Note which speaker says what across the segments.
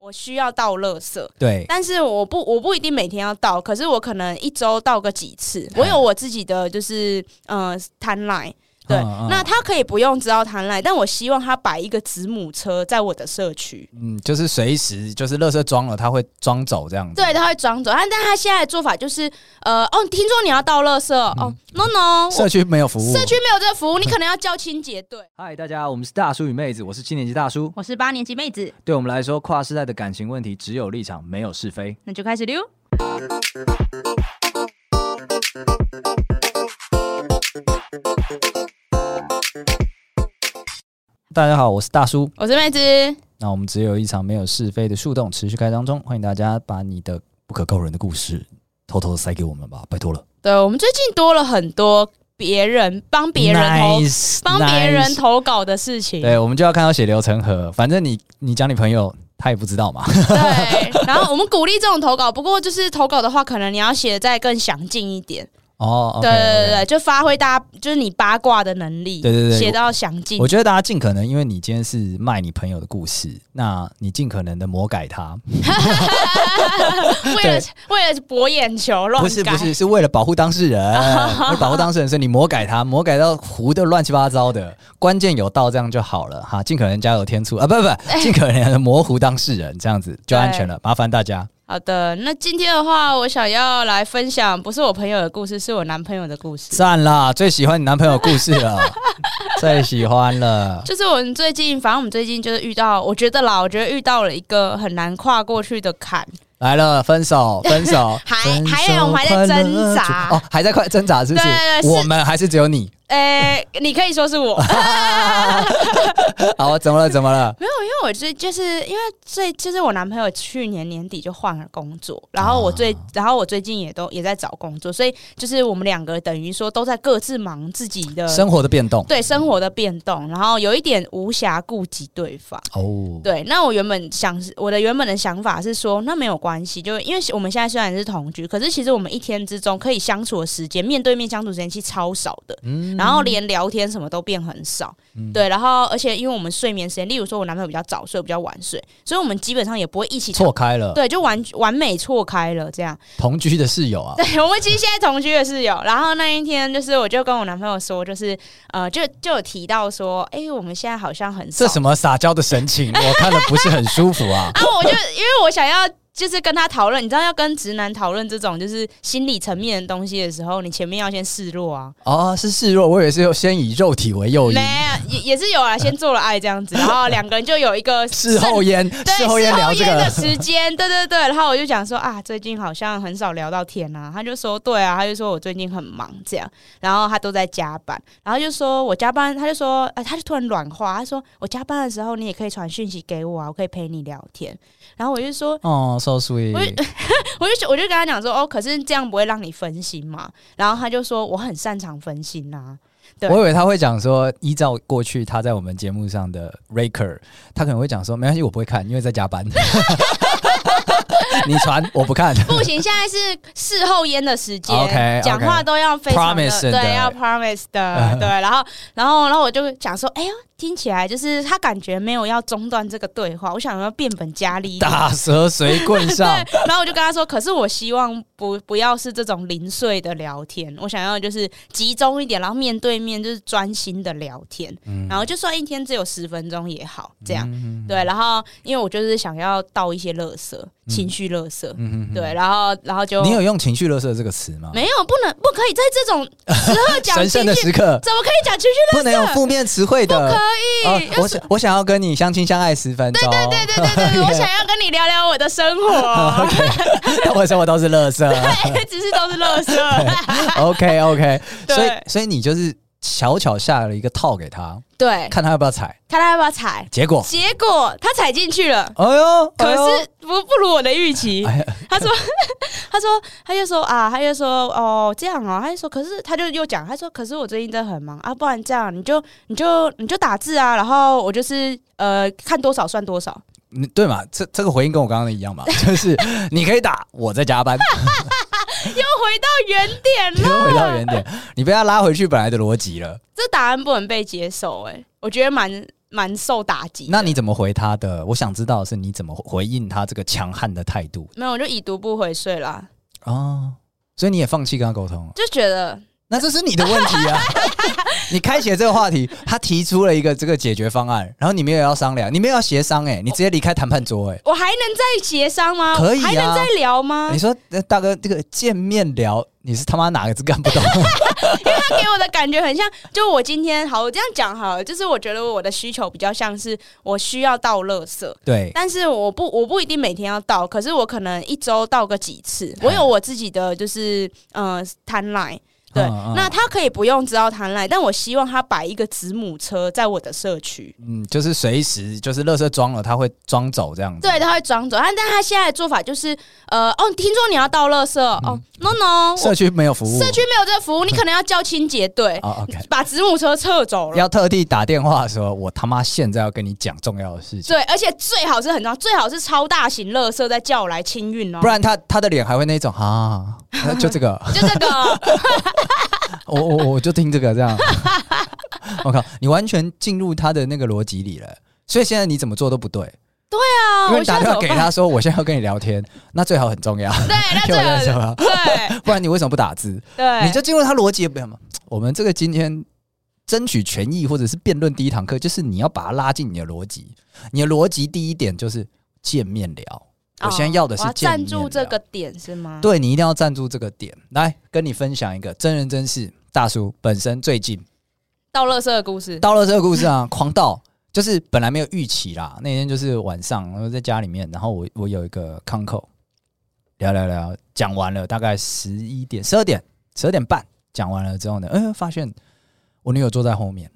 Speaker 1: 我需要倒垃圾，
Speaker 2: 对，
Speaker 1: 但是我不我不一定每天要倒，可是我可能一周倒个几次。我有我自己的就是呃 timeline，对，
Speaker 2: 嗯嗯
Speaker 1: 那他可以不用知道 timeline，但我希望他摆一个子母车在我的社区。
Speaker 2: 嗯，就是随时就是垃圾装了，他会装走这样子。
Speaker 1: 对，他会装走，但但他现在的做法就是，呃，哦，听说你要倒垃圾，哦，no no，我
Speaker 2: 嗯社区没有服务，
Speaker 1: 社区没有这个服务，你可能要叫清洁队。
Speaker 3: 嗨，大家，我们是大叔与妹子，我是七年级大叔。
Speaker 4: 我是八年级妹子，
Speaker 3: 对我们来说，跨世代的感情问题只有立场，没有是非。
Speaker 4: 那就开始溜。
Speaker 2: 大家好，我是大叔。
Speaker 1: 我是妹子，
Speaker 2: 那我们只有一场没有是非的树洞持续开当中，欢迎大家把你的不可告人的故事偷偷地塞给我们吧，拜托了。
Speaker 1: 对我们最近多了很多别人帮别人投
Speaker 2: Nice，
Speaker 1: 帮别人
Speaker 2: nice
Speaker 1: 投稿的事情。
Speaker 2: 对，我们就要看到血流成河。反正你你讲你朋友，他也不知道嘛。
Speaker 1: 对，然后我们鼓励这种投稿，不过就是投稿的话，可能你要写的再更详尽一点。
Speaker 2: 哦，OK，
Speaker 1: 对对对
Speaker 2: OK
Speaker 1: 对，就发挥大家就是你八卦的能力，
Speaker 2: 对对对
Speaker 1: 写到详尽
Speaker 2: 我。觉得大家尽可能，因为你今天是卖你朋友的故事，那你尽可能的魔改它，
Speaker 1: 为了为了博眼球乱
Speaker 2: 不是
Speaker 1: 改
Speaker 2: 不，是，是为了保护当 事人，为了保护当事人，所以你魔改它，魔改到糊的乱七八糟的，关键有到这样就好了哈，尽可能加油添醋啊，不 不，尽可能的模糊当事人，这样子就安全了，麻烦大家。
Speaker 1: 好的，那今天的话，我想要来分享，不是我朋友的故事，是我男朋友的故事。
Speaker 2: 赞啦，最喜欢你男朋友故事了， 最喜欢了，
Speaker 1: 就是我们最近，反正我们最近就是遇到，我觉得啦，我觉得遇到了一个很难跨过去的坎。
Speaker 2: 来了，分手，分手，
Speaker 1: 还
Speaker 2: 分手
Speaker 1: 还有我们还在
Speaker 2: 快乐
Speaker 1: 挣扎
Speaker 2: 主哦，还在快挣扎，是不是？
Speaker 1: 对对对是
Speaker 2: 我们还是只有你？
Speaker 1: 诶、你可以说是我，
Speaker 2: 好，怎么了？怎么了？
Speaker 1: 没有，因为我最就是因为最就是我男朋友去年年底就换了工作，然后我最、然后我最近也都也在找工作，所以就是我们两个等于说都在各自忙自己的
Speaker 2: 生活的变动
Speaker 1: 对生活的变动，然后有一点无暇顾及对方。
Speaker 2: 哦，
Speaker 1: 对，那我原本想是我的原本的想法是说，那没有关系，就因为我们现在虽然是同居，可是其实我们一天之中可以相处的时间，面对面相处时间其实超少的，
Speaker 2: 嗯
Speaker 1: 然后连聊天什么都变很少，对，然后而且因为我们睡眠时间，例如说我男朋友比较早睡，我比较晚睡，所以我们基本上也不会一起
Speaker 2: 错开了，
Speaker 1: 对，就完完美错开了这样。
Speaker 2: 同居的室友啊，
Speaker 1: 对，我们其实现在同居的室友。然后那一天，就是我就跟我男朋友说，就是呃，就就有提到说，哎、我们现在好像很少。。
Speaker 2: 这什么撒娇的神情，我看了不是很舒服啊
Speaker 1: 啊，我就因为我想要就是跟他讨论，你知道要跟直男讨论这种就是心理层面的东西的时候，你前面要先示弱啊。
Speaker 2: 哦，是示弱，我以为是先以肉体为诱因，
Speaker 1: 没有，也也是有啊，先做了爱这样子，然后两个人就有一个
Speaker 2: 事后烟，
Speaker 1: 对
Speaker 2: 事后烟聊这
Speaker 1: 事后烟的
Speaker 2: 个。
Speaker 1: 时间，对对对。然后我就讲说啊，最近好像很少聊到天啊。他就说对啊，他就说我最近很忙这样，然后他都在加班，然后就说我加班，他就说啊，他就突然软化，他说我加班的时候你也可以传讯息给我啊，我可以陪你聊天。然后我就说，
Speaker 2: 哦，so
Speaker 1: 我
Speaker 2: sweet，
Speaker 1: 我就我就跟他讲说，哦，可是这样不会让你分心嘛？然后他就说我很擅长分心啊呐、对
Speaker 2: 我以为他会讲说，依照过去他在我们节目上的 raker，他可能会讲说，没关系，我不会看，因为在 加班。你传我不看，
Speaker 1: 不行，现在是事后烟的时间
Speaker 2: OK，OK
Speaker 1: 讲话都要非常的
Speaker 2: Promise 的
Speaker 1: 对，要 promise 的 对。然后，然后，然后我就想说，哎呦，听起来就是他感觉没有要中断这个对话，我想要变本加厉一点。
Speaker 2: 打蛇随棍 上。
Speaker 1: 对，然后我就跟他说，可是我希望不不要是这种零碎的聊天，我想要就是集中一点，然后面对面就是专心的聊天，
Speaker 2: 嗯
Speaker 1: 然后就算一天只有十分钟也好，这样、对。然后因为我就是想要倒一些垃圾，情绪垃圾，
Speaker 2: 嗯
Speaker 1: 对，然后然后就
Speaker 2: 你有用情绪勒索这个词吗？
Speaker 1: 没有不能不可以在这种时候讲
Speaker 2: 神
Speaker 1: 情
Speaker 2: 圣
Speaker 1: 绪
Speaker 2: 的，时刻，
Speaker 1: 怎么可以讲情绪
Speaker 2: 不能有负面词汇的，不可
Speaker 1: 以
Speaker 2: 啊我想我想要跟你相亲相爱十分钟，对 对
Speaker 1: 对对对对，我想要跟你聊聊我的生 活，
Speaker 2: 对，但我生活都是垃圾。
Speaker 1: 只是都是垃圾。
Speaker 2: OK OK，
Speaker 1: 对
Speaker 2: 所以所以你就是巧巧下了一个套给他，
Speaker 1: 对，
Speaker 2: 看他要不要踩，
Speaker 1: 看他要不要踩，
Speaker 2: 结果，
Speaker 1: 结果他踩进去了。
Speaker 2: 哎呦，
Speaker 1: 可
Speaker 2: 哦哎呦
Speaker 1: 是不不如我的预期
Speaker 2: 哎呀。
Speaker 1: 他说， 他说，他就说啊，他就说哦这样哦，他就说，可是他就又讲，他说，可是我最近真的很忙啊，不然这样你就你就你就打字啊，然后我就是呃看多少算多少。
Speaker 2: 你对嘛？这这个回应跟我刚刚的一 样嘛，就是你可以打，我在加班，
Speaker 1: 又回到原点 了，
Speaker 2: 又回到原点，你被他拉回去本来的逻辑了。
Speaker 1: 这答案不能被接受、欸，哎，我觉得蛮蛮受打击的。
Speaker 2: 那你怎么回他的？我想知道的是你怎么回应他这个强悍的态度
Speaker 1: 没有，我就已读不回睡啦，
Speaker 2: 哦，所以你也放弃跟他沟通了，
Speaker 1: 就觉得
Speaker 2: 那这是你的问题 啊！你开启了这个话题，他提出了一个这个解决方案，然后你们也要商量，你们也要协商、欸，哎，你直接离开谈判桌、欸，
Speaker 1: 我还能再协商吗？
Speaker 2: 可以啊
Speaker 1: 还能再聊吗
Speaker 2: 哎，你？说、呃大哥这个见面聊，你是他妈哪个字干不 懂？
Speaker 1: 他 给我的感觉很像，就我今天好，我这样讲好了，就是我觉得我的需求比较像是我需要倒垃圾，
Speaker 2: 对，
Speaker 1: 但是我不我不一定每天要倒，可是我可能一周倒个几次，
Speaker 2: 啊
Speaker 1: 我有我自己的就是呃 timeline。对，
Speaker 2: 嗯嗯
Speaker 1: 那他可以不用知道 timeline，但我希望他摆一个子母车在我的社区。
Speaker 2: 嗯，就是随时就是垃圾装了，他会装走这样子。
Speaker 1: 对，他会装走，但但他现在的做法就是，呃，哦，听说你要倒垃圾，哦，no no，
Speaker 2: 嗯社区没有服务，
Speaker 1: 社区没有这个服务，你可能要叫清洁队
Speaker 2: 哦，OK，
Speaker 1: 把子母车撤走了。
Speaker 2: 要特地打电话说，我他妈现在要跟你讲重要的事情，
Speaker 1: 对，而且最好是很重要，最好是超大型垃圾再叫我来清运哦
Speaker 2: 不。然他他的脸还会那种啊，就这个，
Speaker 1: 就这个，
Speaker 2: 我我我就听这个这样。 我靠，你完全进入他的那个逻辑里了。所以现在你怎么做都不对，
Speaker 1: 啊
Speaker 2: 因为
Speaker 1: 我
Speaker 2: 你打
Speaker 1: 现在怎
Speaker 2: 电话
Speaker 1: 么
Speaker 2: 给
Speaker 1: 办？
Speaker 2: 他说我现在要跟你聊天，那最好很重要，
Speaker 1: 对， 那
Speaker 2: 给我认识
Speaker 1: 这个
Speaker 2: 吧，
Speaker 1: 对
Speaker 2: 不然你为什么不打字？
Speaker 1: 对，
Speaker 2: 你就进入他逻辑也不什么。我们这个今天争取权益或者是辩论第一堂课，就是你要把它拉进你的逻辑。你的逻辑第一点就是见面聊，我现在要的是
Speaker 1: 哦我
Speaker 2: 见
Speaker 1: 站
Speaker 2: 面
Speaker 1: 住
Speaker 2: 聊
Speaker 1: 这个点是吗？
Speaker 2: 对你一定要站住这个点。来跟你分享一个真人真事，大叔本身最近
Speaker 1: 倒垃圾的故 事，
Speaker 2: 到了这个故事啊，狂到就是本来没有预期啦。那天就是晚上，然后在家里面，然后我我有一个 c o n c o 聊聊聊，讲完了大概十一点、十二点、十二点半讲完了之后呢，哎、发现我女友坐在后面，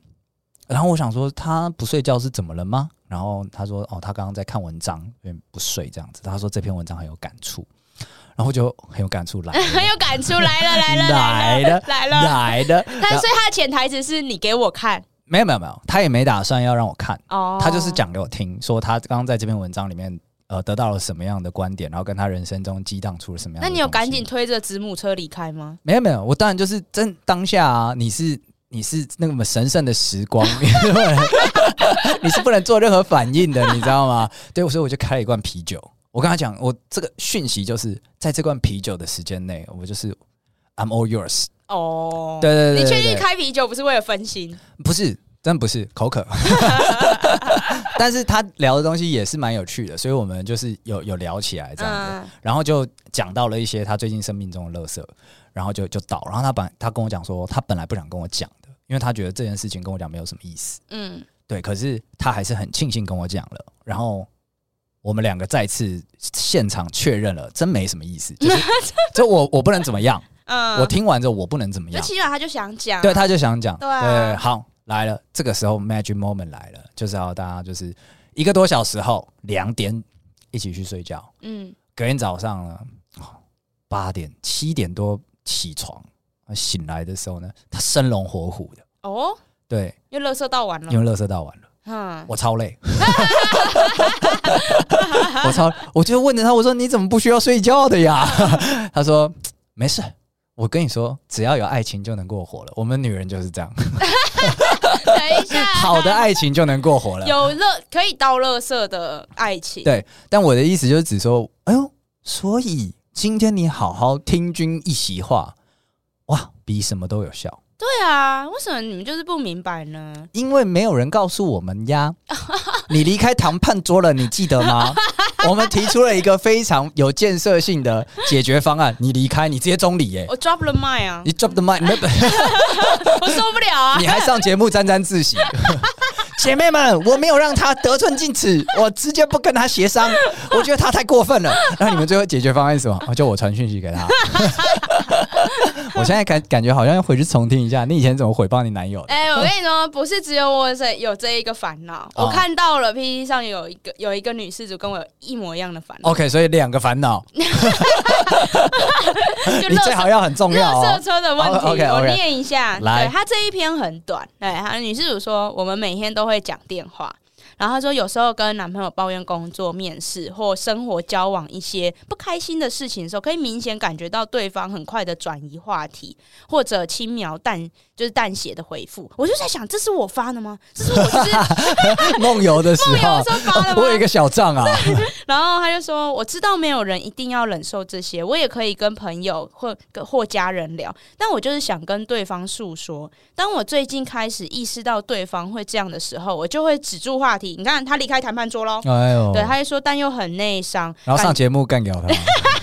Speaker 2: 然后我想说她不睡觉是怎么了吗？然后她说哦，她刚刚在看文章，所以不睡这样子。她说这篇文章很有感触，然后就很有感触来
Speaker 1: 很有感触，来了来了来
Speaker 2: 来
Speaker 1: 了
Speaker 2: 了
Speaker 1: 来了。
Speaker 2: 来的，然
Speaker 1: 他
Speaker 2: 后
Speaker 1: 所以他的潜台词是你给我看
Speaker 2: 没有没有没有，她也没打算要让我看。
Speaker 1: 哦，
Speaker 2: 他就是讲给我听，说他刚刚在这篇文章里面，呃，得到了什么样的观点，然后跟他人生中激荡出了什么样
Speaker 1: 那
Speaker 2: 的东西。
Speaker 1: 你有赶紧推着子母车离开吗？
Speaker 2: 没有没有，我当然就是真当下啊，你是你是那么神圣的时光， 你是不能你是不能做任何反应的，你知道吗？对，所以我就开了一罐啤酒。我跟他讲，我这个讯息就是在这罐啤酒的时间内，我就是 I'm all yours。
Speaker 1: 哦，
Speaker 2: 对对对
Speaker 1: 你
Speaker 2: 对
Speaker 1: 确
Speaker 2: 对
Speaker 1: 定开啤酒不是为了分心？
Speaker 2: 不是，真不是 口渴。但是他聊的东西也是蛮有趣的，所以我们就是有有聊起来这样子，
Speaker 1: 嗯，
Speaker 2: 然后就讲到了一些他最近生命中的乐色，然后就就倒，然后他本他跟我讲说，他本来不想跟我讲的，因为他觉得这件事情跟我讲没有什么意思，
Speaker 1: 嗯，
Speaker 2: 对，可是他还是很庆幸跟我讲了，然后。我们两个再次现场确认了，真没什么意思。 就是，就我我不能怎么样，
Speaker 1: 嗯
Speaker 2: 我听完之后我不能怎么
Speaker 1: 就
Speaker 2: 样。
Speaker 1: 起码他就想讲，
Speaker 2: 对，他就想讲，
Speaker 1: 对啊
Speaker 2: 好来了，这个时候 magic moment 来了，就是要大家就是一个多小时后两点一起去睡觉，
Speaker 1: 嗯，
Speaker 2: 隔天早上呢八点七点多起床，醒来的时候呢，他生龙活虎的，
Speaker 1: 哦，
Speaker 2: 对，
Speaker 1: 因为垃圾倒完了
Speaker 2: 因，为垃圾倒完了。
Speaker 1: 嗯，
Speaker 2: 我超累， 我超，我就问着他，我说你怎么不需要睡觉的呀？ 他说没事，我跟你说，只要有爱情就能过活了，我们女人就是这样。
Speaker 1: 等一下，
Speaker 2: 好的爱情就能过活了。
Speaker 1: 有乐可以倒垃圾的爱情，
Speaker 2: 对但我的意思就是只说，哎呦，所以今天你好好听君一席话，哇，比什么都有效，
Speaker 1: 对啊，为什么你们就是不明白呢？
Speaker 2: 因为没有人告诉我们呀。你离开谈判桌了，你记得吗？我们提出了一个非常有建设性的解决方案，你离开，你直接中理耶、
Speaker 1: 我 drop 了麦啊，
Speaker 2: 你 drop the mic，没
Speaker 1: 我受不了啊
Speaker 2: 你！还上节目沾沾 自喜。姐妹们，我没有让他得寸进尺，我直接不跟他协商，我觉得他太过分了。那你们最后解决方案是什么？哦，就我传讯息给 他。我现在感感觉好像要回去重听一下，你以前怎么毁谤你男友的？
Speaker 1: 哎、我跟你说，不是只有我这有这一个烦恼，
Speaker 2: 哦
Speaker 1: 我看到了 PPT 上有一个有一个女事主跟我有一模一样的烦恼
Speaker 2: OK，所以两个烦恼，
Speaker 1: 就
Speaker 2: 你最
Speaker 1: 垃
Speaker 2: 好要很重
Speaker 1: 圾
Speaker 2: 要
Speaker 1: 垃
Speaker 2: 哦
Speaker 1: 圾。车的问题，
Speaker 2: 哦，OK，OK
Speaker 1: 我念一下。
Speaker 2: 来
Speaker 1: 哎对，她这一篇很短。对，她女事主说，我们每天都会讲电话。然后她说有时候跟男朋友抱怨工作、面试或生活交往一些不开心的事情的时候，可以明显感觉到对方很快的转移话题，或者轻描淡就是淡写的回复。我就在想，这是我发的吗？这是我就是
Speaker 2: 梦游的时
Speaker 1: 梦游
Speaker 2: 候
Speaker 1: 的时，候发的吗
Speaker 2: 我？有一个小账 啊，
Speaker 1: 然后他就说：“我知道没有人一定要忍受这些，我也可以跟朋友或跟或家人聊，但我就是想跟对方诉说。当我最近开始意识到对方会这样的时候，我就会止住话题。你看，他离开谈判桌喽。”
Speaker 2: 哎呦，
Speaker 1: 对，他就说，但又很内伤。
Speaker 2: 然后上
Speaker 1: 感
Speaker 2: 节目干掉他，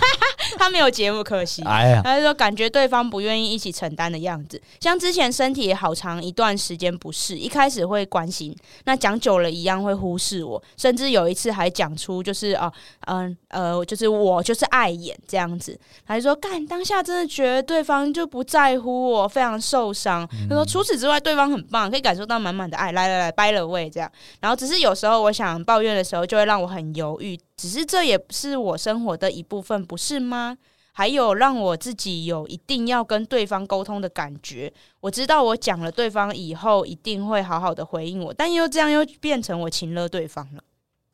Speaker 1: 他没有节目，可惜。
Speaker 2: 哎呀，
Speaker 1: 他就说，感觉对方不愿意一起承担的样子。像之前身体也好长一段时间不适，一开始会关心，那讲久了一样会忽视我，甚至有一次还讲出就是哦，嗯呃就是我就是碍眼这样子。他就说，干当下真的觉得对方就不在乎我，非常受伤。
Speaker 2: 嗯
Speaker 1: 他说，除此之外，对方很棒，可以感受到满满的爱。来来来，掰了位这样。然后只是有时候我想抱怨的时候，就会让我很犹豫。只是这也是我生活的一部分，不是吗？还有让我自己有一定要跟对方沟通的感觉。我知道我讲了，对方以后一定会好好的回应我，但又这样又变成我情勒对方了。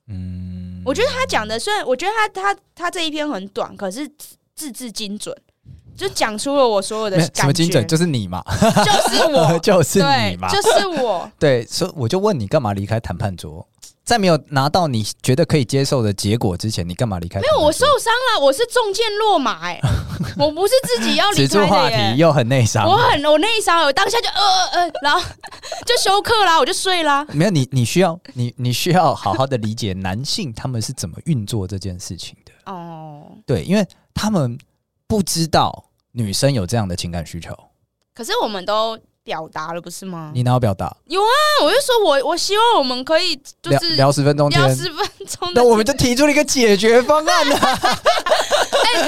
Speaker 2: 嗯，
Speaker 1: 我觉得他讲的虽然我觉得他他他这一篇很短，可是字字字精准，就讲出了我所有的
Speaker 2: 没有
Speaker 1: 感觉。
Speaker 2: 什么精准，就是哦你嘛，，
Speaker 1: 就是我
Speaker 2: 就是你
Speaker 1: 对
Speaker 2: 嘛，，
Speaker 1: 就是 我。
Speaker 2: 对，所以我就问你干嘛离开谈判桌？在没有拿到你觉得可以接受的结果之前，你干嘛离开？没
Speaker 1: 因为我受伤了，我是中箭落马、 哎，我不是自己要离
Speaker 2: 止住
Speaker 1: 开
Speaker 2: 话
Speaker 1: 的耶、
Speaker 2: 题又很内伤
Speaker 1: 我，很我内伤，我当下就呃呃，呃然后 就休克啦，我就睡啦。
Speaker 2: 没有你，你需要你你需要好好的理解男性他们是怎么运作这件事情的。
Speaker 1: 哦，
Speaker 2: 对，因为他们不知道女生有这样的情感需求，
Speaker 1: 可是我们都表达了，不是吗？
Speaker 2: 你哪有表达？
Speaker 1: 那我就说我我希望我们可以就
Speaker 2: 聊
Speaker 1: 是
Speaker 2: 聊十分钟天
Speaker 1: 聊，十分钟的
Speaker 2: 那，我们就提出了一个解决方案呢、啊。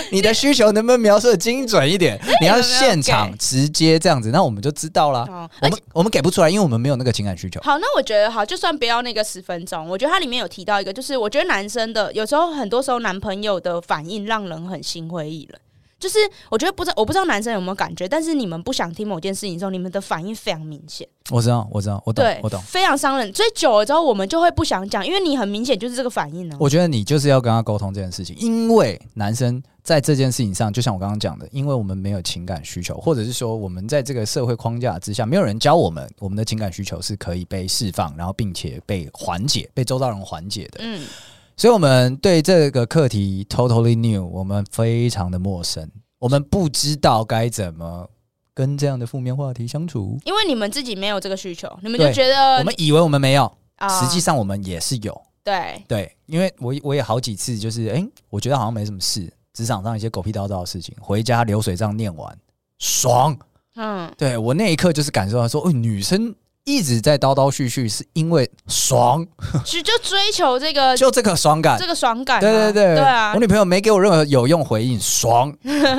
Speaker 2: 你的需求能不能描述的精准一点？你要
Speaker 1: 哎有没有
Speaker 2: 现场
Speaker 1: 给
Speaker 2: 直接这样子，那我们就知道啦。
Speaker 1: 哦
Speaker 2: 我们我们给不出来，因为我们没有那个情感需求。
Speaker 1: 好，那我觉得好，就算不要那个十分钟，我觉得它里面有提到一个，就是我觉得男生的有时候很多时候男朋友的反应让人很心灰意冷。就是我觉得不知道，我不知道男生有没有感觉，但是你们不想听某件事情的时候，你们的反应非常明显，
Speaker 2: 我知道，我知道，我懂
Speaker 1: 对，，
Speaker 2: 我懂。
Speaker 1: 非常伤人。所以久了之后，我们就会不想讲，因为你很明显就是这个反应啊呢、
Speaker 2: 我觉得你就是要跟他沟通这件事情，因为男生在这件事情上，就像我刚刚讲的，因为我们没有情感需求，或者是说我们在这个社会框架之下，没有人教我们我们的情感需求是可以被释放，然后并且被缓解，被周遭人缓解的。
Speaker 1: 嗯，
Speaker 2: 所以，我们对这个课题 totally new，我们非常的陌生，我们不知道该怎么跟这样的负面话题相处。
Speaker 1: 因为你们自己没有这个需求，你们就
Speaker 2: 对
Speaker 1: 觉得
Speaker 2: 我们以为我们没有，
Speaker 1: 呃啊
Speaker 2: 实际上我们也是有。
Speaker 1: 对，
Speaker 2: 对，因为我我也好几次就是，哎、我觉得好像没什么事，职场上一些狗屁叨叨的事情，回家流水账念完，爽。
Speaker 1: 嗯，
Speaker 2: 对我那一刻就是感受到说，哦，女生一直在叨叨絮絮，是因为爽，
Speaker 1: 就就追求这个
Speaker 2: 就这个爽感
Speaker 1: 呃这。个爽感啊、
Speaker 2: 对对对，
Speaker 1: 对啊
Speaker 2: 我，女朋友没给我任何有用回 应，爽。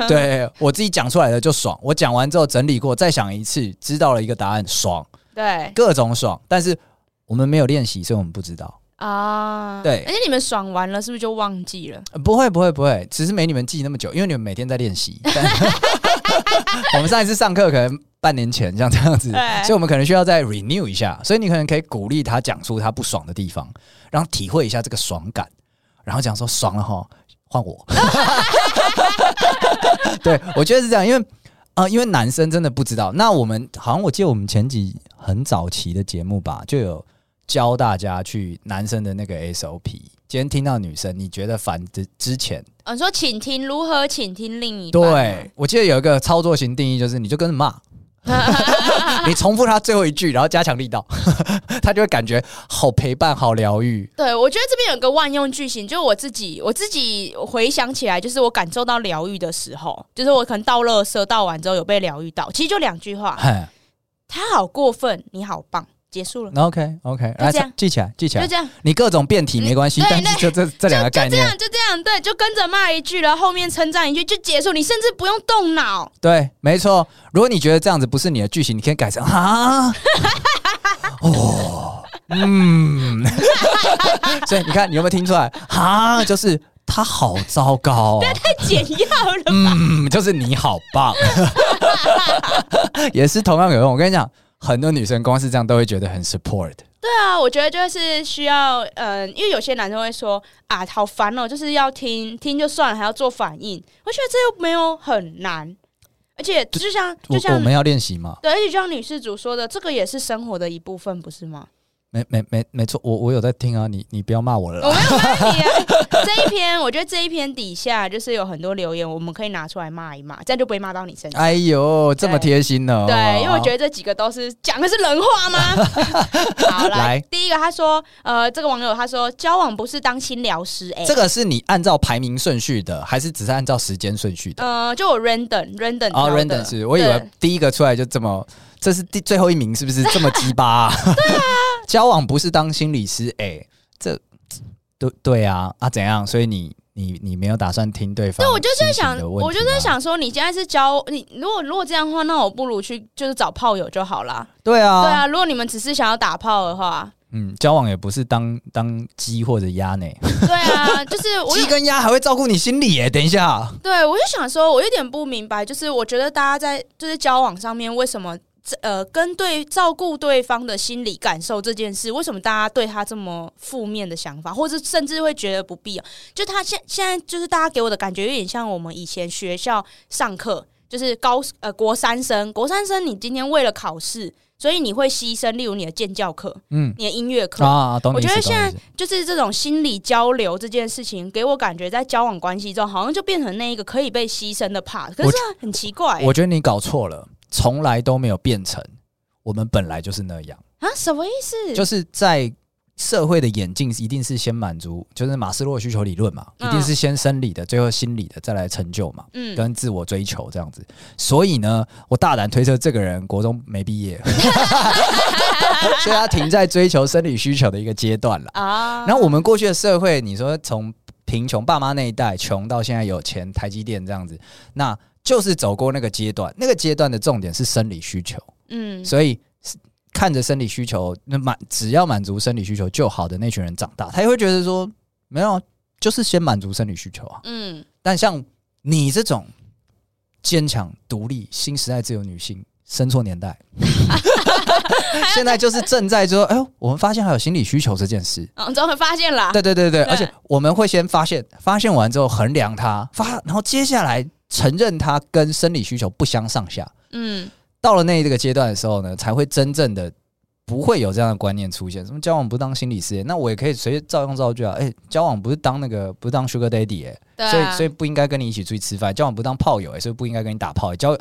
Speaker 2: 对我自己讲出来的就爽，我讲完之后整理过，再想一次，知道了一个答案，爽，
Speaker 1: 对
Speaker 2: 各种爽。但是我们没有练习，所以我们不知道。
Speaker 1: 啊，
Speaker 2: 对
Speaker 1: 而且你们爽完了，是不是就忘记了？
Speaker 2: 呃不会不会不会，只是没你们记那么久，因为你们每天在练习。但 我们上一次上课可能半年前像这样子，
Speaker 1: 对
Speaker 2: 所以我们可能需要再 renew 一下。所以你可能可以鼓励他讲出他不爽的地方，然后体会一下这个爽感，然后讲说爽了哈，换我。 对，我觉得是这样，因为。啊、因为男生真的不知道。那我们好像我记得我们前几很早期的节目吧，就有教大家去男生的那个 SOP。今天听到女生，你觉得烦之之前，
Speaker 1: 嗯、你说请听如何请听另一半吗，
Speaker 2: 对我记得有一个操作型定义，就是你就跟着 骂，你重复他最后一句，然后加强力道， 他就会感觉好陪伴、好疗愈。
Speaker 1: 对，我觉得这边有个万用句型，就是我自己我自己回想起来，就是我感受到疗愈的时候，就是我可能倒垃圾倒完之后有被疗愈到，其实就两句话，
Speaker 2: 嘿
Speaker 1: 他好过分，你好棒，结束了，
Speaker 2: 那 OK OK，来
Speaker 1: 这样
Speaker 2: 记起来，记起
Speaker 1: 就
Speaker 2: 来。
Speaker 1: 这样。
Speaker 2: 你各种变体没关系
Speaker 1: 嗯，对
Speaker 2: 但是就这这两个概
Speaker 1: 就这
Speaker 2: 念，
Speaker 1: 样，就这样，对，就跟着骂一句，然后后面称赞一句就结束，你甚至不用动脑。
Speaker 2: 对，没错。如果你觉得这样子不是你的剧情，你可以改成 啊，哦，嗯， 所以你看，你有没有听出来？ 啊，就是他好糟糕、哦，
Speaker 1: 太简要了，
Speaker 2: 嗯，就是你好棒， 也是同样有用。我跟你讲，很多女生光是这样都会觉得很 support，
Speaker 1: 对啊，我觉得就是需要，嗯、因为有些男生会说啊，好烦哦，就是要听听就算了，还要做反应。我觉得这又没有很难，而且就像
Speaker 2: 我
Speaker 1: 就像
Speaker 2: 我们要练习嘛，
Speaker 1: 对，而且就像女施主说的，这个也是生活的一部分，不是吗？
Speaker 2: 没没没没错，我我有在听啊，你你不要骂我了
Speaker 1: 我
Speaker 2: 啦。
Speaker 1: 没有骂你 啊。这一篇，我觉得这一篇底下就是有很多留言，我们可以拿出来骂一骂，这样就不会骂到你身上。
Speaker 2: 哎呦，这么贴心呢、哦
Speaker 1: 对，因为我觉得这几个都是讲的是人话 吗？好来
Speaker 2: 来，
Speaker 1: 第一个他说，呃，这个网友他说，交往不是当心疗师、欸，
Speaker 2: 这个是你按照排名顺序的，还是只是按照时间顺序的？
Speaker 1: 呃，就我 random random
Speaker 2: 啊、
Speaker 1: 挑
Speaker 2: r a n d o
Speaker 1: 呃的
Speaker 2: m 是，我以为
Speaker 1: 对
Speaker 2: 第一个出来就这么，这是第最后一名，是不是这么鸡巴、啊？对啊， 交往不是当心理师，哎、这对对啊啊，怎样？所以你你你没有打算听对方？
Speaker 1: 对，我就在想，我就在，想说，你现在是交你，如果如果这样的话，那我不如去就是找炮友就好啦。
Speaker 2: 对啊，
Speaker 1: 对啊，如果你们只是想要打炮的话，
Speaker 2: 嗯，交往也不是当当鸡或者鸭呢，
Speaker 1: 对啊，就是我有
Speaker 2: 鸡跟鸭还会照顾你心理耶、等一下，
Speaker 1: 对，我就想说，我有点不明白，就是我觉得大家在就是交往上面，为什么这呃跟对照顾对方的心理感受这件事，为什么大家对他这么负面的想法，或者甚至会觉得不必要？就他现现在就是大家给我的感觉有点像我们以前学校上课，就是高呃国三生，国三生你今天为了考试，所以你会牺牲，例如你的建教课、
Speaker 2: 嗯
Speaker 1: 你的音乐课，
Speaker 2: 啊，懂你
Speaker 1: 我
Speaker 2: 意
Speaker 1: 觉
Speaker 2: 思
Speaker 1: 得
Speaker 2: 懂
Speaker 1: 现
Speaker 2: 你
Speaker 1: 在
Speaker 2: 意思
Speaker 1: 就是这种心理交流这件事情，给我感觉在交往关系中，好像就变成那一个可以被牺牲的 part，可是
Speaker 2: 我
Speaker 1: 这样很奇怪、欸、
Speaker 2: 我觉得你搞错了，从来都没有变成，我们本来就是那样，
Speaker 1: 啊，什么意思？
Speaker 2: 就是在社会的眼镜一定是先满足，就是马斯洛需求理论嘛，一
Speaker 1: 嗯
Speaker 2: 定是先生理的，最后心理的，再来成就嘛，
Speaker 1: 嗯，
Speaker 2: 跟自我追求这样子。所以呢，我大胆推测，这个人国中没毕 业，所以他停在追求生理需求的一个阶段了。
Speaker 1: 啊，
Speaker 2: 然后我们过去的社会，你说从贫穷爸妈那一代穷到现在有钱，台积电这样子，那就是走过那个阶段。那个阶段的重点是生理需求，
Speaker 1: 嗯
Speaker 2: 所以是看着生理需求，那满只要满足生理需求就好的那群人长大，他也会觉得说没有啊，就是先满足生理需求啊。
Speaker 1: 嗯，
Speaker 2: 但像你这种坚强、独立、新时代自由女性，生错年代，现在就是正在说，哎呦，我们发现还有心理需求这件事。
Speaker 1: 啊，终于发现了，
Speaker 2: 对对对
Speaker 1: 对
Speaker 2: 对，而且我们会先发现，发现完之后衡量它，发，然后接下来承认它跟生理需求不相上下。
Speaker 1: 嗯
Speaker 2: 到了那这个阶段的时候呢，才会真正的不会有这样的观念出现。什么交往不当心理师、那我也可以随照用造句啊。哎、交往不是当那个不是当 sugar daddy 哎、
Speaker 1: 对啊，
Speaker 2: 所以所以不应该跟你一起出去吃饭。交往不当炮友哎、所以不应该跟你打炮、哎交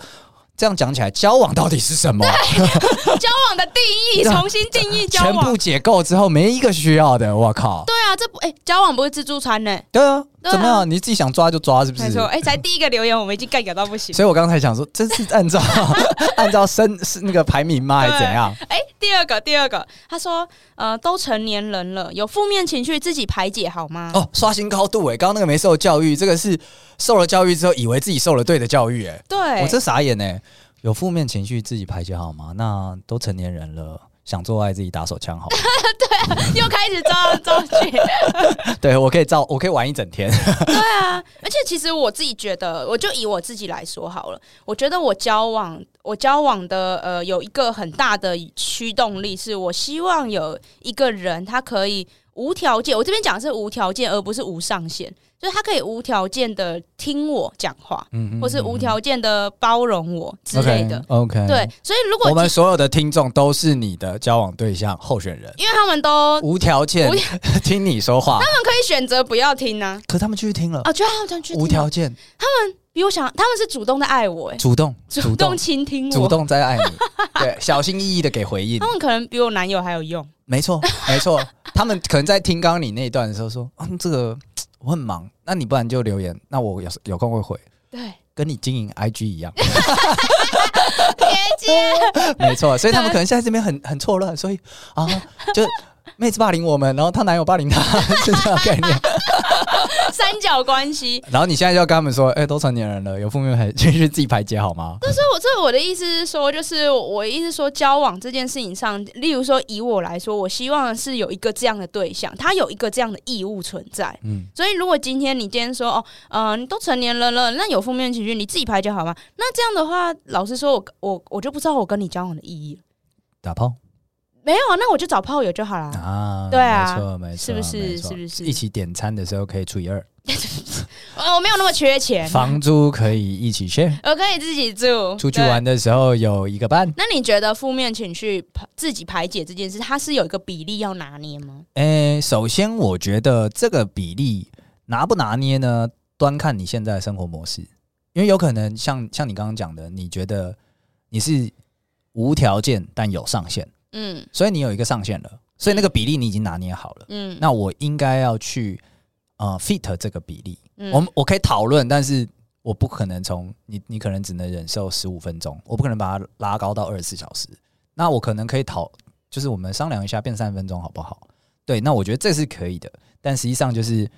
Speaker 2: 这样讲起来，交往到底是什么？啊
Speaker 1: 交往的定义
Speaker 2: 对啊
Speaker 1: 重新定义交
Speaker 2: 全
Speaker 1: 往
Speaker 2: 部，解构之后，没一个需要的。我靠！
Speaker 1: 对啊，这不哎、交往不是自助餐呢、
Speaker 2: 对啊，
Speaker 1: 对啊
Speaker 2: 怎么样？你自己想抓就抓，是不
Speaker 1: 没
Speaker 2: 是？
Speaker 1: 错，哎、才第一个留言，我们已经干掉到不行。
Speaker 2: 所以我刚才想说，这是按照 按照生是那个排名吗，还是怎样？
Speaker 1: 哎、第二个，第二个，他说，呃，都成年人了，有负面情绪自己排解好吗？
Speaker 2: 哦，刷新高度哎、刚刚那个没受教育，这个是受了教育之后以为自己受了对的教育哎、
Speaker 1: 对，
Speaker 2: 我这傻眼哎、有负面情绪自己排解好吗？那都成年人了，想做爱自己打手枪好吗。
Speaker 1: 又开始造造句。
Speaker 2: 对我可以照，我可以玩一整天。
Speaker 1: 对啊，而且其实我自己觉得，我就以我自己来说好了，我觉得我交往，我交往的呃有一个很大的驱动力，是我希望有一个人他可以无条件，我这边讲的是无条件，而不是无上限，就是他可以无条件的听我讲话，
Speaker 2: 嗯
Speaker 1: 或是无条件的包容我之类的。
Speaker 2: OK，, 嗯
Speaker 1: 对，所以如果
Speaker 2: 我们所有的听众都是你的交往对象候选人，
Speaker 1: 因为他们都
Speaker 2: 无条件
Speaker 1: 呃无
Speaker 2: 听你说话，
Speaker 1: 他们可以选择不要听呢、
Speaker 2: 可他们继续听了，
Speaker 1: 啊，就他们去听
Speaker 2: 哦无条件
Speaker 1: 比我想，他们是主动的爱我、哎，
Speaker 2: 主动
Speaker 1: 主动倾听我，
Speaker 2: 主动在爱 你，对，小心翼翼的给回应
Speaker 1: 他。们可能比我男友还有用。
Speaker 2: 没错，没错，他们可能在听刚刚你那一段的时候说，嗯，这个我很忙，那你不然就留言，那我有有空会回，
Speaker 1: 对，
Speaker 2: 跟你经营 IG 一样，
Speaker 1: 姐姐，
Speaker 2: 没错，所以
Speaker 1: 啊
Speaker 2: 他们可能现在这边很很错乱，所以啊，就妹子霸凌我们，然后她男友霸凌她，是这样的概念。
Speaker 1: 三角关系。
Speaker 2: 然后你现在就要跟他们说，哎、都成年人了，有负面还 情绪自己排解好吗？
Speaker 1: 但是我这我的意思是说，就是我的意思是说，交往这件事情上，例如说以我来说，我希望是有一个这样的对象，他有一个这样的义务存在。
Speaker 2: 嗯，
Speaker 1: 所以，如果今天你今天说哦，嗯、你都成年人了，那有负面情绪你自己排解好吗？那这样的话，老实说我，我我就不知道我跟你交往的意义了。
Speaker 2: 打炮，
Speaker 1: 没有，啊那我就找炮友就好了。
Speaker 2: 啊，
Speaker 1: 对啊
Speaker 2: 没错没错，
Speaker 1: 是不是
Speaker 2: 没错
Speaker 1: 是不是
Speaker 2: 一起点餐的时候可以除以二，
Speaker 1: 哦，我没有那么缺钱，
Speaker 2: 房租可以一起 share，
Speaker 1: 我可以自己住，
Speaker 2: 出去
Speaker 1: 对
Speaker 2: 玩。的时候有一个伴。
Speaker 1: 那你觉得负面情绪排自己排解这件事，它是有一个比例要拿捏吗？
Speaker 2: 诶、首先我觉得这个比例拿不拿捏呢，端看你现在的生活模式，因为有可能像像你刚刚讲的，你觉得你是无条件但有上限，
Speaker 1: 嗯
Speaker 2: 所以你有一个上限了，所以那个比例你已经拿捏好了。
Speaker 1: 嗯，
Speaker 2: 那我应该要去呃 fit 这个比例，
Speaker 1: 嗯
Speaker 2: 我们我可以讨论，但是我不可能从你你可能只能忍受十五分钟，我不可能把它拉高到二十四小时。那我可能可以讨，就是我们商量一下变三分钟好不好？对，那我觉得这是可以的，但实际上就是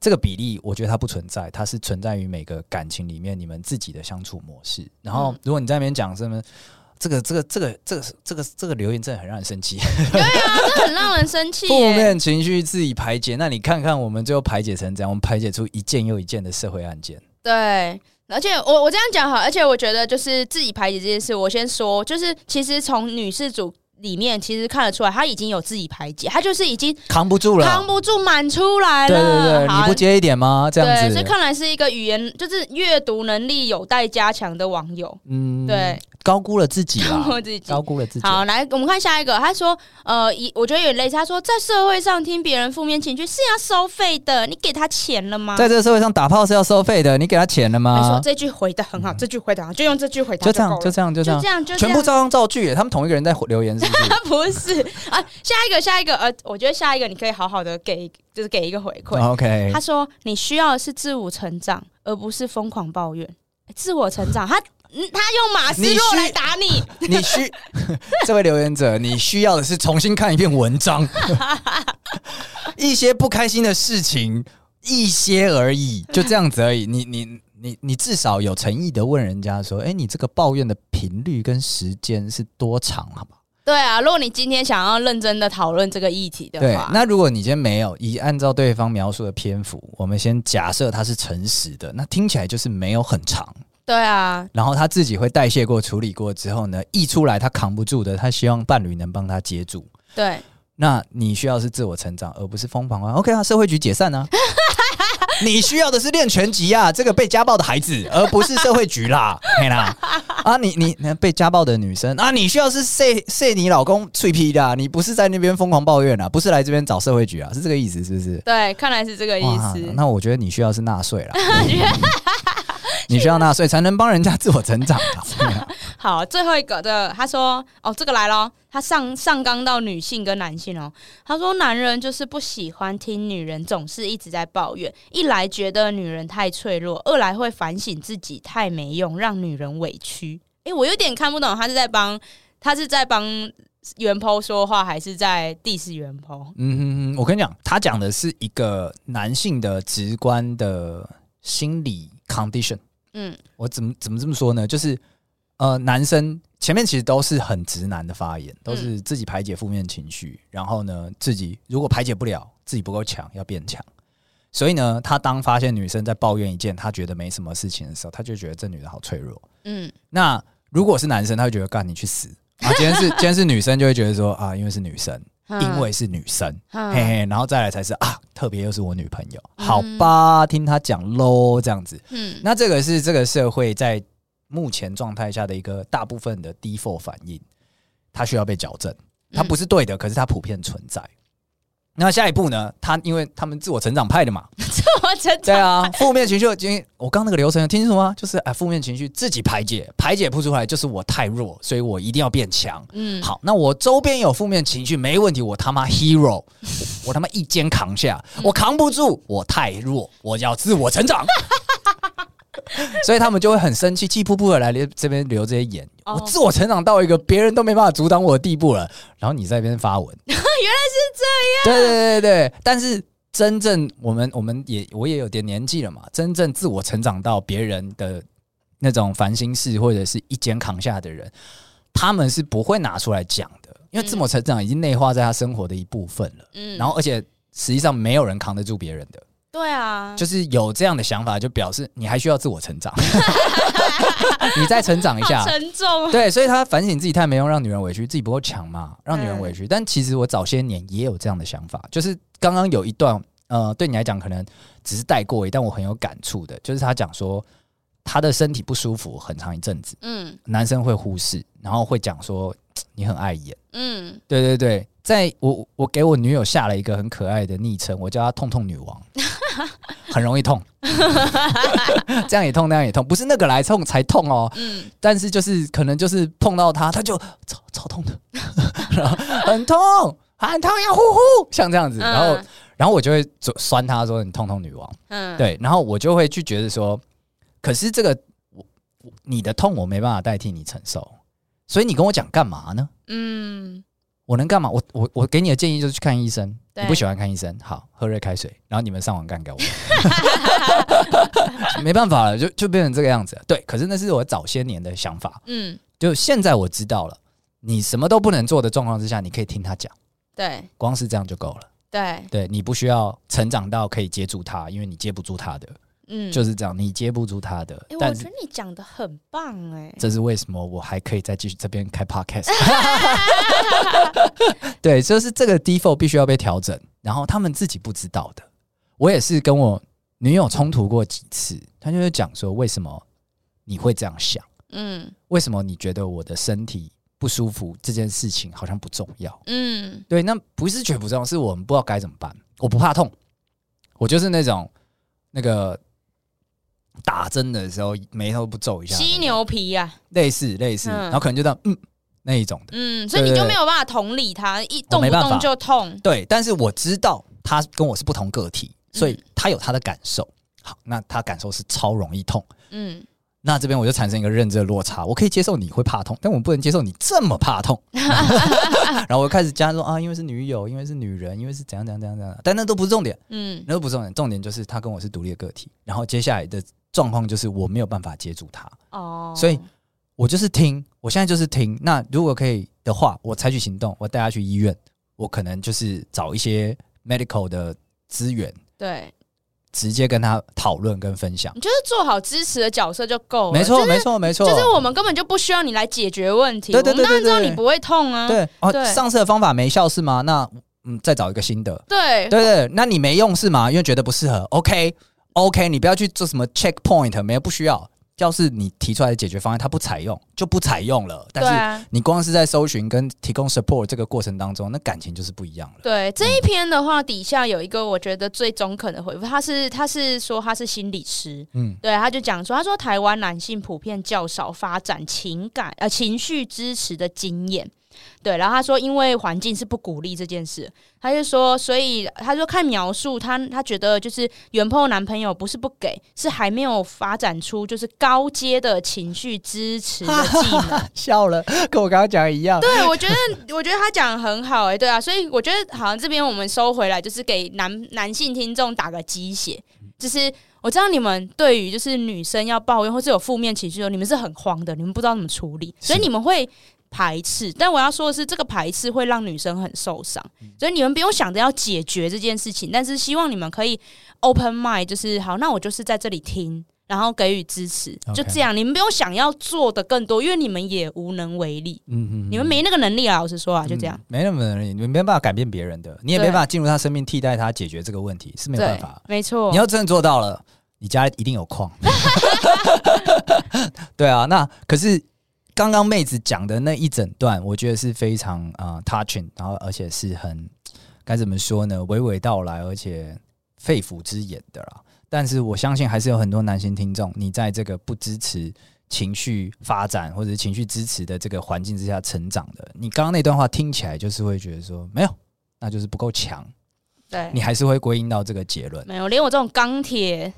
Speaker 2: 这个比例，我觉得它不存在，它是存在于每个感情里面你们自己的相处模式。然后
Speaker 1: 嗯，
Speaker 2: 如果你在那边讲什么。这个这个这个这个这个这个留言真的很让人生气，
Speaker 1: 这很让人生气
Speaker 2: 负
Speaker 1: 耶。
Speaker 2: 面情绪自己排解。那你看看我们最后排解成怎样？我们排解出一件又一件的社会案件。
Speaker 1: 对，而且我我这样讲好，而且我觉得就是自己排解这件事，我先说，就是其实从女事主里面其实看得出来，她已经有自己排解，她就是已经
Speaker 2: 扛不住了，
Speaker 1: 扛不住满出来
Speaker 2: 对
Speaker 1: 了。
Speaker 2: 对对，
Speaker 1: 好
Speaker 2: 你不接一点吗？这样
Speaker 1: 对，所以
Speaker 2: 子，
Speaker 1: 看来是一个语言就是阅读能力有待加强的网友。
Speaker 2: 嗯
Speaker 1: 对，
Speaker 2: 高估了自己
Speaker 1: 看
Speaker 2: 啦，
Speaker 1: 我自己。
Speaker 2: 高估了自己。
Speaker 1: 好，来，我们看下一个。他说，呃，一我觉得有点类似。他说，在社会上听别人负面情绪是要收费的，你给他钱了吗？
Speaker 2: 在这个社会上打炮是要收费的，你给他钱了
Speaker 1: 他说
Speaker 2: 吗？
Speaker 1: 这句回的很好，这句回答就用这句回答
Speaker 2: 嗯就这
Speaker 1: 够
Speaker 2: 样，
Speaker 1: 了
Speaker 2: 就这样，就这
Speaker 1: 就
Speaker 2: 样
Speaker 1: 这，样，就这
Speaker 2: 全
Speaker 1: 样。
Speaker 2: 部照样造句耶。他们同一个人在留言，是不 是？
Speaker 1: 他不是啊，下一个，下一个，呃，我觉得下一个你可以好好的给，就是给一个回馈。
Speaker 2: 哦 OK，
Speaker 1: 他说你需要的是自我成长，而不是疯狂抱怨。欸自我成长，他嗯他用马斯
Speaker 2: 你
Speaker 1: 洛
Speaker 2: 需
Speaker 1: 来打你，
Speaker 2: 你需 这位留言者，你需要的是重新看一遍文章，一些不开心的事情，一些而已，就这样子而已。你你你你至少有诚意的问人家说，哎、你这个抱怨的频率跟时间是多长，好不好？
Speaker 1: 对啊，如果你今天想要认真的讨论这个议题的
Speaker 2: 对
Speaker 1: 话，，
Speaker 2: 那如果你今天没有，以按照对方描述的篇幅，我们先假设他是诚实的，那听起来就是没有很长。
Speaker 1: 对啊，
Speaker 2: 然后他自己会代谢过、处理过之后呢，溢出来他扛不住的，他希望伴侣能帮他接住。
Speaker 1: 对，
Speaker 2: 那你需要是自我成长，而不是疯狂啊。OK 啊，社会局解散啊。 你需要的是练拳击啊，这个被家暴的孩子，而不是社会局啦， 嘿啦。啊，你你那被家暴的女生啊，你需要是睡睡你老公脆皮的啊、你不是在那边疯狂抱怨啊，不是来这边找社会局啊，是这个意思是不是？
Speaker 1: 对，看来是这个意
Speaker 2: 哇
Speaker 1: 思。
Speaker 2: 那我觉得你需要是 纳税啦，你需要纳税才能帮人家自我成长啊。嘿 啦
Speaker 1: 好，最后一个的，他说哦，这个来咯，他上上纲到女性跟男性哦。他说男人就是不喜欢听女人总是一直在抱怨，一来觉得女人太脆弱，二来会反省自己太没用，让女人委屈。诶，我有点看不懂，他是在帮他是在帮袁剖说话，还是在 diss 袁剖？
Speaker 2: 嗯，我跟你讲，他讲的是一个男性的直观的心理 condition。
Speaker 1: 嗯
Speaker 2: 我怎么怎么这么说呢？就是呃，男生前面其实都是很直男的发言，都是自己排解负面情绪，然后呢，自己如果排解不了，自己不够强，要变强。所以呢，他当发现女生在抱怨一件他觉得没什么事情的时候，他就觉得这女的好脆弱。
Speaker 1: 嗯，
Speaker 2: 那如果是男生，他会觉得干你去死。啊，今天是今天是女生，就会觉得说啊，因为是女生，
Speaker 1: 嗯
Speaker 2: 因为是女生，
Speaker 1: 嗯
Speaker 2: 嘿嘿，然后再来才是啊，特别又是我女朋友，好吧，听她讲喽，这样子。
Speaker 1: 嗯
Speaker 2: 那这个是这个社会在目前状态下的一个大部分的 default 反应，它需要被矫正，它不是对的，可是它普遍存在。那下一步呢？他因为他们自我成长派的嘛，
Speaker 1: 我真
Speaker 2: 对
Speaker 1: 的
Speaker 2: 啊，负面情绪，今天我刚那个流程有听清楚吗？就是哎，负面情绪自己排解，排解不出来就是我太弱，所以我一定要变强。
Speaker 1: 嗯
Speaker 2: 好，那我周边有负面情绪没问题，我他妈 hero，我我他妈一肩扛下，我扛不住，我太弱，我要自我成长。 所以他们就会很生气，气噗噗的来这边留这些言。
Speaker 1: 哦
Speaker 2: 我自我成长到一个别人都没办法阻挡我的地步了，然后你在那边发文， 原来是这样。对对对对，但是真正我们我们也我也有点年纪了嘛，真正自我成长到别人的那种烦心事或者是一肩扛下的人，他们是不会拿出来讲的，因为自我成长已经内化在他生活的一部分了。
Speaker 1: 嗯
Speaker 2: 然后而且实际上没有人扛得住别人的，
Speaker 1: 对对啊，
Speaker 2: 就是有这样的想法，就表示你还需要自我成长， 你再成长一下
Speaker 1: 好。沉重。
Speaker 2: 对，所以他反省自己太没用，让女人委屈，自己不够强嘛，让女人
Speaker 1: 嗯
Speaker 2: 委屈。但其实我早些年也有这样的想法，就是刚刚有一段，呃，对你来讲可能只是带过而已，但我很有感触的，就是他讲说他的身体不舒服很长一阵子，
Speaker 1: 嗯
Speaker 2: 男生会忽视，然后会讲说嘖你很碍眼。
Speaker 1: 嗯，
Speaker 2: 对对对，在我我给我女友下了一个很可爱的昵称，我叫她“痛痛女 王”，很容易痛， 这样也痛，那样也痛，不是那个来痛才痛哦，
Speaker 1: 嗯
Speaker 2: 但是就是可能就是碰到她，她就超超痛的， 然后很痛，很痛要呼呼，像这样子，然后、
Speaker 1: 嗯
Speaker 2: 然后我就会嘴酸她说你痛痛女王，
Speaker 1: 嗯，
Speaker 2: 对，然后我就会去觉得说，可是这个我我你的痛我没办法代替你承受，所以你跟我讲干嘛呢？
Speaker 1: 嗯
Speaker 2: 我能干嘛？我我我给你的建议就是去看医生。
Speaker 1: 对
Speaker 2: 你不喜欢看医生，好，喝热开水，然后你们上网干给我。 没办法了，就就变成这个样子。对，可是那是我早些年的想法，
Speaker 1: 嗯，
Speaker 2: 就现在我知道了，你什么都不能做的状况之下，你可以听他讲，
Speaker 1: 对
Speaker 2: 光是这样就够了。
Speaker 1: 对，
Speaker 2: 对你不需要成长到可以接住他，因为你接不住他的，
Speaker 1: 嗯，
Speaker 2: 就是这样，你接不住他的
Speaker 1: 哎、。我
Speaker 2: 但
Speaker 1: 觉
Speaker 2: 是
Speaker 1: 得你讲的很棒哎、
Speaker 2: 这是为什么我还可以再继续这边开 podcast。对，就是这个 default 必须要被调整，然后他们自己不知道的。我也是跟我女友冲突过几次，她就会讲说为什么你会这样想，
Speaker 1: 嗯
Speaker 2: 为什么你觉得我的身体不舒服这件事情好像不重要？
Speaker 1: 嗯
Speaker 2: 对，那不是觉得不重要，是我们不知道该怎么办。我不怕痛，我就是那种那个打针的时候眉头不皱一下那种，
Speaker 1: 犀牛皮啊，
Speaker 2: 类似类似，
Speaker 1: 嗯
Speaker 2: 然后可能就这样，嗯那一种的。
Speaker 1: 嗯，所以你
Speaker 2: 对
Speaker 1: 就
Speaker 2: 对
Speaker 1: 没有办法同理他，一
Speaker 2: 我
Speaker 1: 动
Speaker 2: 哦没
Speaker 1: 不
Speaker 2: 办法
Speaker 1: 动就痛，
Speaker 2: 对，但是我知道他跟我是不同个体，所以
Speaker 1: 嗯
Speaker 2: 他有他的感受。好，那他感受是超容易痛。
Speaker 1: 嗯，
Speaker 2: 那这边我就产生一个认知的落差，我可以接受你会怕痛，但我不能接受你这么 怕痛。 然后我开始加说啊，因为是女友，因为是女人，因为是怎样怎样怎样怎样，但那都不是重点，
Speaker 1: 嗯
Speaker 2: 那都不是重点，重点就是他跟我是独立的个体。然后接下来的状况就是我没有办法接住他，
Speaker 1: 哦，
Speaker 2: 所以我就是听，我现在就是听。那如果可以的话，我采取行动，我带他去医院，我可能就是找一些 medical 的资源，
Speaker 1: 对
Speaker 2: 直接跟他讨论跟分享。
Speaker 1: 你就是做好支持的角色就够了，
Speaker 2: 没错，
Speaker 1: 哦就是
Speaker 2: 没错，没错，
Speaker 1: 就是我们根本就不需要你来解决问题，
Speaker 2: 对对对
Speaker 1: 我们当然知
Speaker 2: 对
Speaker 1: 道
Speaker 2: 对
Speaker 1: 你不会痛啊，
Speaker 2: 对哦，
Speaker 1: 对
Speaker 2: 上次的方法没效是吗？那嗯，再找一个新的。
Speaker 1: 对
Speaker 2: 对对，那你没用是吗？因为觉得不适合。OK OK，你不要去做什么 checkpoint，没有不需要。要是你提出来的解决方案他不采用，就不采用了。但
Speaker 1: 对
Speaker 2: 是
Speaker 1: 啊。
Speaker 2: 你光是在搜寻跟提供 support 这个过程当中，那感情就是不一样了。
Speaker 1: 对这一篇的话，底下有一个我觉得最中肯的回复，他是他是说他是心理师，
Speaker 2: 嗯
Speaker 1: 对，他就讲说，他说台湾男性普遍较少发展情感呃情绪支持的经验，对，然后他说因为环境是不鼓励这件事，他就说，所以呃他说看描述他他觉得就是原配男朋友不是不给，是还没有发展出就是高阶的情绪支持的技 能。
Speaker 2: 笑了，跟我刚刚讲的一样。
Speaker 1: 对，我觉得，我觉得他讲得很好哎、对啊，所以我觉得好像这边我们收回来，就是给男男性听众打个鸡血，
Speaker 2: 嗯
Speaker 1: 就是我知道你们对于就是女生要抱怨或是有负面情绪的时候，你们是很慌的，你们不知道怎么处理，所以
Speaker 2: 是
Speaker 1: 你们会。排斥，但我要说的是，这个排斥会让女生很受伤，
Speaker 2: 嗯
Speaker 1: 所以你们不用想着要解决这件事情，但是希望你们可以 open mind，就是好，那我就是在这里听，然后给予支持
Speaker 2: OK
Speaker 1: 就这样，你们不用想要做的更多，因为你们也无能为力。
Speaker 2: 嗯嗯
Speaker 1: 你们没那个能力啊，老实说啊，就这样
Speaker 2: 嗯。没那么能力，你没办法改变别人的，你也没
Speaker 1: 对
Speaker 2: 办法进入他生命替代他解决这个问题，是没有办
Speaker 1: 对
Speaker 2: 法，。
Speaker 1: 嗯没错
Speaker 2: 你。要真的做到了，你家一定有矿。 对啊，那可是刚刚妹子讲的那一整段，我觉得是非常啊、呃 touching，然后而且是很该怎么说呢，娓娓道来，而且肺腑之言的啦。但是我相信还是有很多男性听众，你在这个不支持情绪发展或者是情绪支持的这个环境之下成长的，你刚刚那段话听起来就是会觉得说没有，那就是不够强，
Speaker 1: 对，
Speaker 2: 你还是会归因到这个结论。
Speaker 1: 没有，连我这种钢铁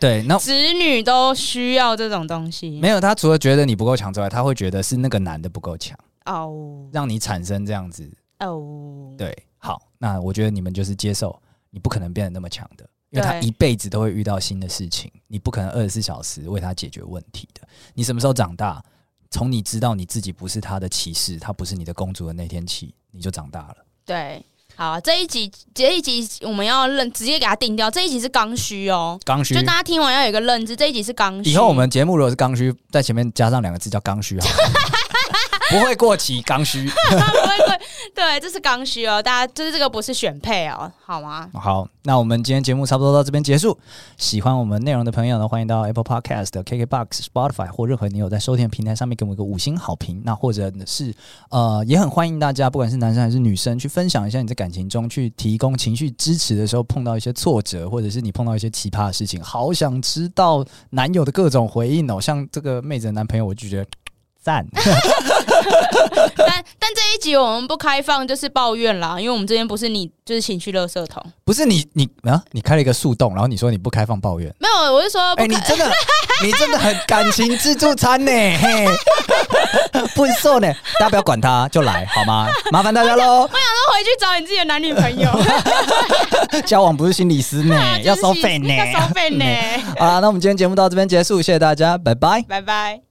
Speaker 2: 对，那
Speaker 1: 直女都需要这种东西
Speaker 2: 没。有，他除了觉得你不够强之外，他会觉得是那个男的不够强，
Speaker 1: 哦
Speaker 2: 让你产生这样子。
Speaker 1: 哦，
Speaker 2: 对，好，那我觉得你们就是接受，你不可能变得那么强的，因为他
Speaker 1: 对
Speaker 2: 一辈子都会遇到新的事情，你不可能二十四小时为他解决问题的。你什么时候长大？从你知道你自己不是他的骑士，他不是你的公主的那天起，你就长大了。
Speaker 1: 对。好、啊，这一集这一集我们要认直接给它定掉，这一集是刚需哦，
Speaker 2: 刚需
Speaker 1: 就。大家听完要有一个认知，这一集是刚需。
Speaker 2: 以后我们节目如果是刚需，在前面加上两个字叫刚需，好了， 不会过期，刚需。
Speaker 1: 不会不会，对，这是刚需哦，大家就是这个不是选配哦，好吗？
Speaker 2: 好，那我们今天节目差不多到这边结束。喜欢我们内容的朋友呢，欢迎到 Apple Podcast、KKBox、Spotify 或任何你有在收听的平台上面给我们一个五星好评。那或者是呃，也很欢迎大家，不管是男生还是女生，去分享一下你在感情中去提供情绪支持的时候碰到一些挫折，或者是你碰到一些奇葩的事情。好想知道男友的各种回应哦，像这个妹子的男朋友，我就觉得赞。
Speaker 1: 但但这一集我们不开放就是抱怨啦，因为我们这边不是你就是情绪垃圾桶，
Speaker 2: 不是你你啊，你开了一个树洞，然后你说你不开放抱怨。
Speaker 1: 没有，我是说不
Speaker 2: 哎、
Speaker 1: 开、
Speaker 2: 你真的，你真的很感情自助餐呢，嘿，不错呢。大家不要管他，就来好吗？麻烦大家喽。
Speaker 1: 那回去找你自己的男女朋友，
Speaker 2: 交往不是心理师呢，
Speaker 1: 就是
Speaker 2: 要收费呢，
Speaker 1: 要收费呢。
Speaker 2: 好啦，那我们今天节目到这边结束，谢谢大家，拜拜。
Speaker 1: 拜拜。